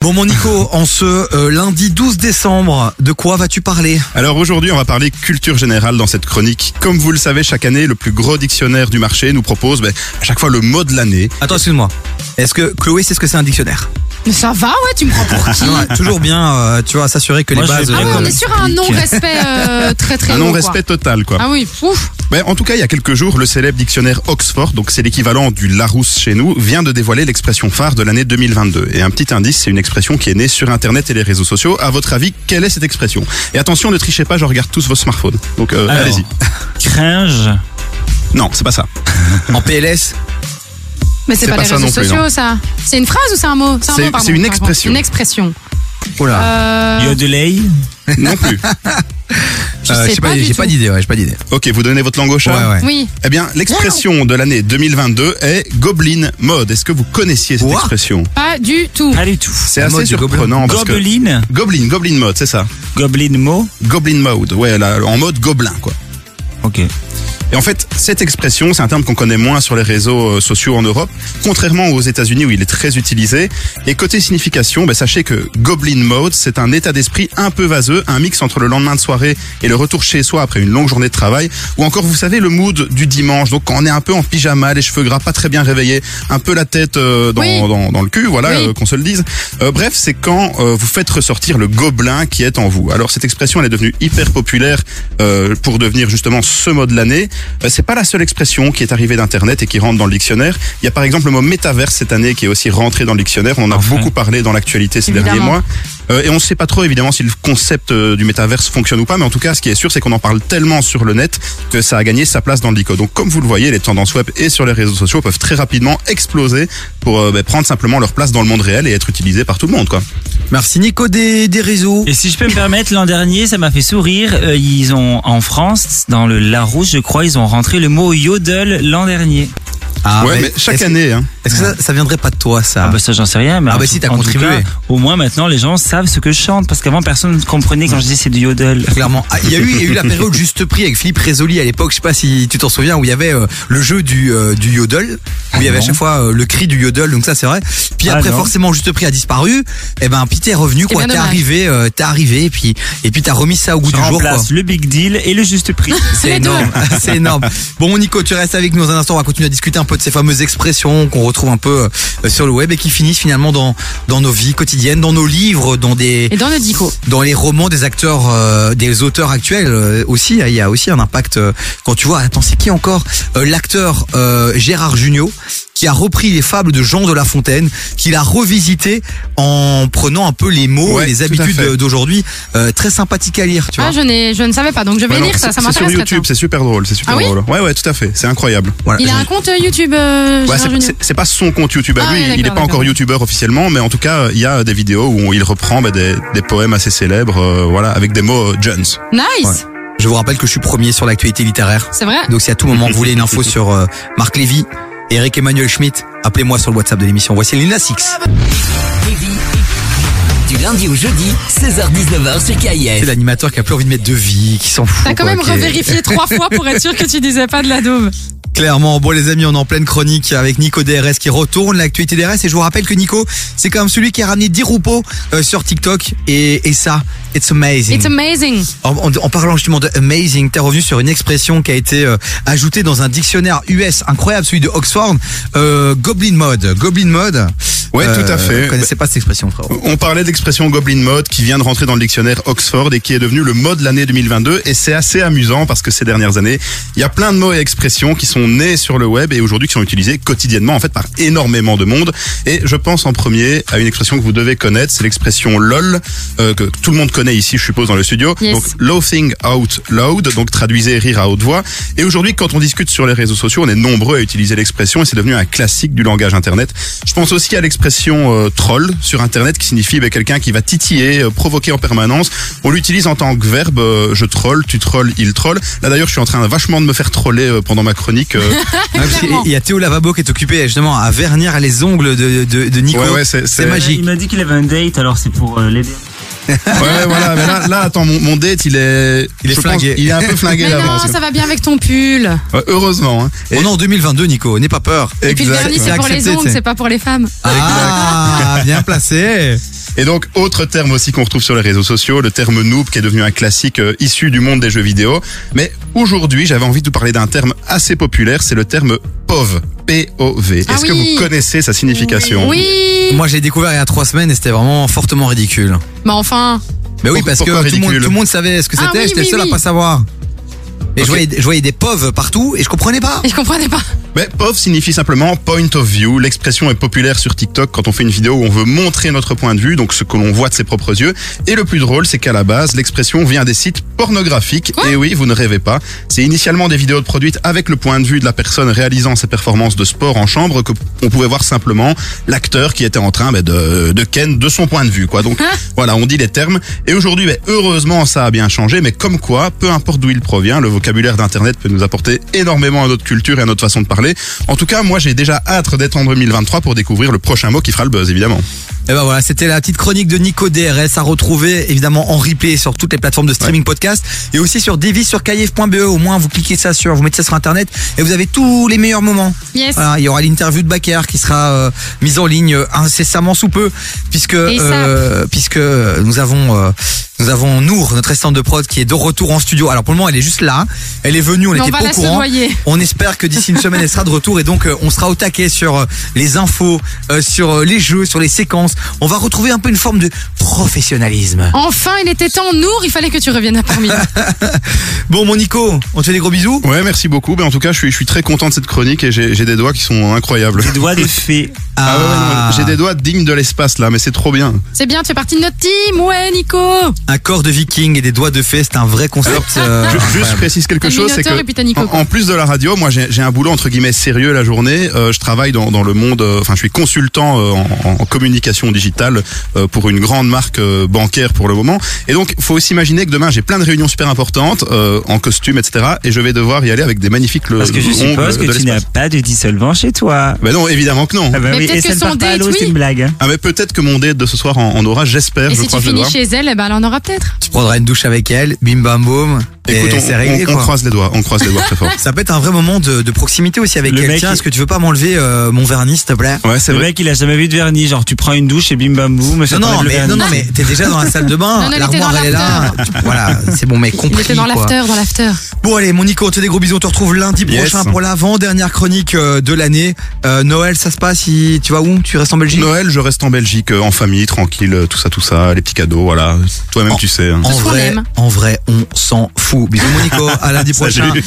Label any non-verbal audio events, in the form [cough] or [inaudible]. Bon, mon Nico, en ce euh, lundi 12 décembre, de quoi vas-tu parler Alors aujourd'hui, on va parler culture générale dans cette chronique. Comme vous le savez, chaque année, le plus gros dictionnaire du marché nous propose ben, à chaque fois le mot de l'année. Attends, excuse-moi. Est-ce que Chloé sait ce que c'est un dictionnaire Mais ça va, ouais, tu me prends pour qui [laughs] Ouais, Toujours bien, euh, tu vois, s'assurer que Moi, les je bases. vais Ah oui, ouais, on est sur un non-respect euh, très très Un long, non-respect total, quoi. Hein quoi. Ah oui, ouf. Ben, en tout cas, il y a quelques jours, le célèbre dictionnaire Oxford, donc c'est l'équivalent du Larousse chez nous, vient de dévoiler l'expression phare de l'année 2022. Et un petit indice, c'est une expression qui est née sur Internet et les réseaux sociaux. À votre avis, quelle est cette expression Et attention, ne trichez pas, je regarde tous vos smartphones. Donc euh, Alors. allez-y. Cringe. Non, c'est pas ça. en PLS, Mais C'est c'est pas, pas les ça réseaux non plus, sociaux, ça. C'est une phrase ou c'est un mot un C'est- mot, pardon, c'est une pardon. expression. Une expression. oula. Euh, Yodelay. Non plus. je Euh, sais pas, du j'ai tout. pas d'idée, ouais, j'ai pas d'idée. Ok, vous donnez votre langue au Ouais, chat ouais. Oui. Eh bien, l'expression de l'année 2022 est Goblin Mode. Est-ce que vous connaissiez cette Ouah. expression Pas du tout. Ah, Pas du tout. C'est La assez mode du gobelin. surprenant parce que... Gobeline. Goblin, Goblin Mode, c'est ça. Goblin Mo. Goblin Mode, ouais, là, en mode gobelin, quoi. Ok. Et en fait, cette expression, c'est un terme qu'on connaît moins sur les réseaux euh, sociaux en Europe, contrairement aux États-Unis où il est très utilisé. Et côté signification, ben, sachez que Goblin Mode, c'est un état d'esprit un peu vaseux, un mix entre le lendemain de soirée et le retour chez soi après une longue journée de travail, ou encore, vous savez, le mood du dimanche, donc quand on est un peu en pyjama, les cheveux gras, pas très bien réveillés, un peu la tête euh, dans, Oui. dans, dans le cul, voilà, Oui. euh, qu'on se le dise. Euh, bref, c'est quand euh, vous faites ressortir le gobelin qui est en vous. Alors cette expression, elle est devenue hyper populaire euh, pour devenir justement ce mot de l'année. Euh, c'est pas la seule expression qui est arrivée d'Internet et qui rentre dans le dictionnaire. Il y a par exemple le mot métaverse cette année qui est aussi rentré dans le dictionnaire. On en a Enfin. beaucoup parlé dans l'actualité ces Évidemment. derniers mois. Euh, et on ne sait pas trop évidemment si le concept euh, du métaverse fonctionne ou pas, mais en tout cas, ce qui est sûr, c'est qu'on en parle tellement sur le net que ça a gagné sa place dans le lico. Donc, comme vous le voyez, les tendances web et sur les réseaux sociaux peuvent très rapidement exploser pour euh, bah, prendre simplement leur place dans le monde réel et être utilisées par tout le monde, quoi. Merci Nico des, des réseaux. Et si je peux me permettre, l'an dernier, ça m'a fait sourire. Euh, ils ont, en France, dans le Larousse, je crois, ils ont rentré le mot yodel l'an dernier. Ah, ouais, mais mais chaque est-ce que- année, hein. Est-ce que ça, ça viendrait pas de toi, ça Ah bah ça, j'en sais rien. Mais Ah en bah tout- si, t'as en tout contribué. cas, au moins maintenant, les gens savent ce que je chante. Parce qu'avant, personne ne comprenait quand je disais c'est du yodel. Clairement. Ah, Il y, a eu- il y a eu la [laughs] période juste prix avec Philippe Résoli à l'époque, je sais pas si tu t'en souviens, où il y avait euh, le jeu du, euh, du yodel, où il y avait à Ah non. chaque fois euh, le cri du yodel, donc ça c'est vrai. Puis Ah après non. forcément juste prix a disparu, et ben puis t'es revenu C'est quoi, bien t'es dommage. arrivé, euh, t'es arrivé et puis et puis t'as remis ça au goût Je du jour. quoi. remplace le big deal et le juste prix. C'est Les deux. [laughs] énorme, c'est énorme. Bon mon Nico, tu restes avec nous dans un instant, on va continuer à discuter un peu de ces fameuses expressions qu'on retrouve un peu euh, sur le web et qui finissent finalement dans dans nos vies quotidiennes, dans nos livres, dans des Et dans le dico. dans les romans des acteurs, euh, des auteurs actuels euh, aussi, il y a aussi un impact. euh, quand tu vois, attends, c'est qui encore Euh, L'acteur euh, Gérard Jugnot qui a repris les fables de Jean de La Fontaine, qu'il a revisité en prenant un peu les mots Ouais, et les tout à habitudes fait. euh, d'aujourd'hui. Euh, très sympathique à lire, tu vois. Ah, je, n'ai- je ne savais pas, donc je vais Ouais, non, lire ça, c'est- ça c'est sur m'intéresse. YouTube, c'est super drôle, c'est super Ah oui drôle. Ouais, ouais, tout à fait, c'est incroyable. Voilà, Il a je- un compte euh, YouTube, euh, Ouais, Gérard c'est- Jugnot. c'est- c'est pas son compte YouTube à Ah lui, ouais, il n'est d'accord, pas encore d'accord. youtubeur officiellement, mais en tout cas, il y a des vidéos où il reprend bah, des, des poèmes assez célèbres, euh, voilà, avec des mots euh, Jones. Nice, je vous rappelle que je suis premier sur l'actualité littéraire. c'est vrai. Donc si à tout moment vous voulez une info sur euh, Marc Lévy, Eric Emmanuel Schmitt, appelez-moi sur le WhatsApp de l'émission. Voici Lina Six. Du lundi au jeudi, 16h-19h sur C'est KIF. l'animateur qui a plus envie de mettre de vie, qui s'en fout. T'as Ah, quand quoi, même qui est- revérifié [laughs] trois fois pour être sûr que tu disais pas de la daube. Clairement, bon les amis, on est en pleine chronique avec Nico DRS qui retourne l'actualité DRS et je vous rappelle que Nico, c'est quand même celui qui a ramené 10 roupeaux euh, sur TikTok et, et ça, it's Mmh. amazing. It's amazing. En, en- en parlant justement de amazing, t'es revenu sur une expression qui a été euh, ajoutée dans un dictionnaire US incroyable, celui de Oxford, euh, Goblin Mode. Goblin Mode. Ouais, Euh, tout à fait. Je connaissais pas cette expression, frérot. On parlait d'expression Goblin Mode qui vient de rentrer dans le dictionnaire Oxford et qui est devenu le mot de l'année 2022 et c'est assez amusant parce que ces dernières années, il y a plein de mots et expressions qui sont nés sur le web et aujourd'hui qui sont utilisés quotidiennement en fait par énormément de monde et je pense en premier à une expression que vous devez connaître, c'est l'expression LOL euh, que tout le monde connaît ici je suppose dans le studio. Yes. Donc laughing out loud, donc traduisez rire à haute voix et aujourd'hui quand on discute sur les réseaux sociaux, on est nombreux à utiliser l'expression et c'est devenu un classique du langage internet. Je pense aussi à l'expression euh, troll sur internet qui signifie ben, quelqu'un qui va titiller, euh, provoquer en permanence. On l'utilise en tant que verbe euh, je troll, tu trolls, il troll. Là d'ailleurs, je suis en train vachement de me faire troller euh, pendant ma chronique. [laughs] euh. Ouais, Ah, parce qu'il- Clairement. Il y a Théo Lavabo qui est occupé justement à vernir les ongles de, de, de Nico. ouais ouais, c'est C'est magique. Il m'a dit qu'il avait un date, alors c'est pour euh, l'aider. Ouais, ouais, voilà, mais là, là, attends, mon, mon date, il est Il est je flingué. il [laughs] est un peu flingué Mais non, d'avance. ça va bien avec ton pull. Ouais, heureusement hein. Et- On est en 2022, Nico, n'aie pas peur. Et puis le vernis, C'est c'est pour les accepté, ongles, t'sais. c'est pas pour les femmes. [laughs] Ah, bien placé. Et donc, autre terme aussi qu'on retrouve sur les réseaux sociaux, le terme noob qui est devenu un classique euh, issu du monde des jeux vidéo. Mais aujourd'hui, j'avais envie de vous parler d'un terme assez populaire, c'est le terme POV. P-O-V. Ah Est-ce que oui. vous connaissez sa signification Oui. Moi, j'ai découvert il y a trois semaines et c'était vraiment fortement ridicule. Mais enfin. Mais oui, Pour- parce que tout pourquoi le, monde, ridicule tout le monde savait ce que Ah c'était, oui, j'étais le oui, seul oui. à pas savoir. Et Ok. je, voyais, je voyais des pauvres partout et je comprenais pas. Et je comprenais pas. Mais POV signifie simplement point of view. L'expression est populaire sur TikTok quand on fait une vidéo où on veut montrer notre point de vue, donc ce que l'on voit de ses propres yeux. Et le plus drôle, c'est qu'à la base, l'expression vient des sites pornographiques. Quoi et oui, vous ne rêvez pas. C'est initialement des vidéos produites avec le point de vue de la personne réalisant ses performances de sport en chambre que on pouvait voir simplement l'acteur qui était en train ben, de, de Ken de son point de vue. Quoi. Donc voilà, on dit les termes. Et aujourd'hui, ben, heureusement, ça a bien changé. Mais comme quoi, peu importe d'où il provient, le vocabulaire d'Internet peut nous apporter énormément à notre culture et à notre façon de parler. En tout cas, moi, j'ai déjà hâte d'être en 2023 pour découvrir le prochain mot qui fera le buzz, évidemment. Et ben voilà, c'était la petite chronique de Nico DRS à retrouver évidemment en replay sur toutes les plateformes de streaming podcast et aussi sur devis sur caïf.be. Au moins, vous cliquez ça sur, vous mettez ça sur internet et vous avez tous les meilleurs moments. Yes. Voilà, il y aura l'interview de Baker qui sera euh, mise en ligne euh, incessamment sous peu, puisque euh, puisque nous avons euh, nous avons Nour, notre assistante de prod, qui est de retour en studio. Alors pour le moment, elle est juste là. Elle est venue, on Mais on n'était va pas au la se courant. noyer. On espère que d'ici une semaine, elle sera de retour et donc euh, on sera au taquet sur euh, les infos, euh, sur euh, les jeux, sur les séquences. On va retrouver un peu une forme de professionnalisme. Enfin, il était temps, Nour, il fallait que tu reviennes à parmi nous. Bon, mon Nico, on te fait des gros bisous. Ouais, merci beaucoup. Ben, en tout cas, je suis, je suis très content de cette chronique et j'ai j'ai des doigts qui sont incroyables. Des doigts de fée. Ah ouais, ouais, non, j'ai des doigts dignes de l'espace là, mais c'est trop bien. C'est bien, tu fais partie de notre team. Ouais, Nico. Ah, Un corps de viking et des doigts de fée, c'est un vrai [laughs] concept. euh, Je- juste je précise quelque T'as chose, c'est Minotaur que et puis t'as Nico, en, quoi. en plus de la radio, moi j'ai j'ai un boulot entre guillemets sérieux la journée. Euh, je travaille dans, dans le monde, euh, enfin je suis consultant euh, en, en communication digitale euh, pour une grande marque euh, bancaire pour le moment. Et donc faut aussi imaginer que demain j'ai plein de réunions super importantes euh, en costume, etc. Et je vais devoir y aller avec des magnifiques le- Parce que je Euh, ongles suppose de que tu n'as l'espace. pas de dissolvant chez toi. Ben non, évidemment que non. Ah bah Mais oui, peut-être et que ça ne son part pas à date, l'eau, oui. c'est une blague. hein. Ah mais peut-être que mon date de ce soir en, en aura, j'espère. Et Je si crois tu que je vais voir. finis chez elle, eh ben, elle en aura peut-être. tu prendras une douche avec elle, bim bam boum. Écoute, Eh, et on, c'est réglé on- on quoi. croise les doigts, on croise les doigts très [laughs] fort. Ça peut être un vrai moment de, de proximité aussi avec Le elle. mec, Tiens, il- est-ce que tu veux pas m'enlever euh, mon vernis, s'il te plaît Ouais, c'est Le vrai. mec, il a jamais vu de vernis. Genre, tu prends une douche et bim bam boum. ça Non, non, t'enlève le mais, non, vernis. non, mais t'es déjà dans la salle de Non, bain, non, il était l'armoire dans elle est là. Voilà, c'est bon, mec, Il compris. était dans quoi. l'after, dans l'after. Bon allez, mon Nico, on te fait des gros bisous. On te retrouve lundi Yes. prochain pour l'avant-dernière chronique euh, de l'année. Euh, Noël, ça se passe si tu vas où Tu restes en Belgique Noël, je reste en Belgique, euh, en famille, tranquille, euh, tout ça, tout ça, les petits cadeaux, voilà. Toi-même, Oh. tu sais. hein. En Ce qu'on vrai, aime. [laughs] en vrai, on s'en fout. Bisous, mon Nico. À lundi prochain. Salut.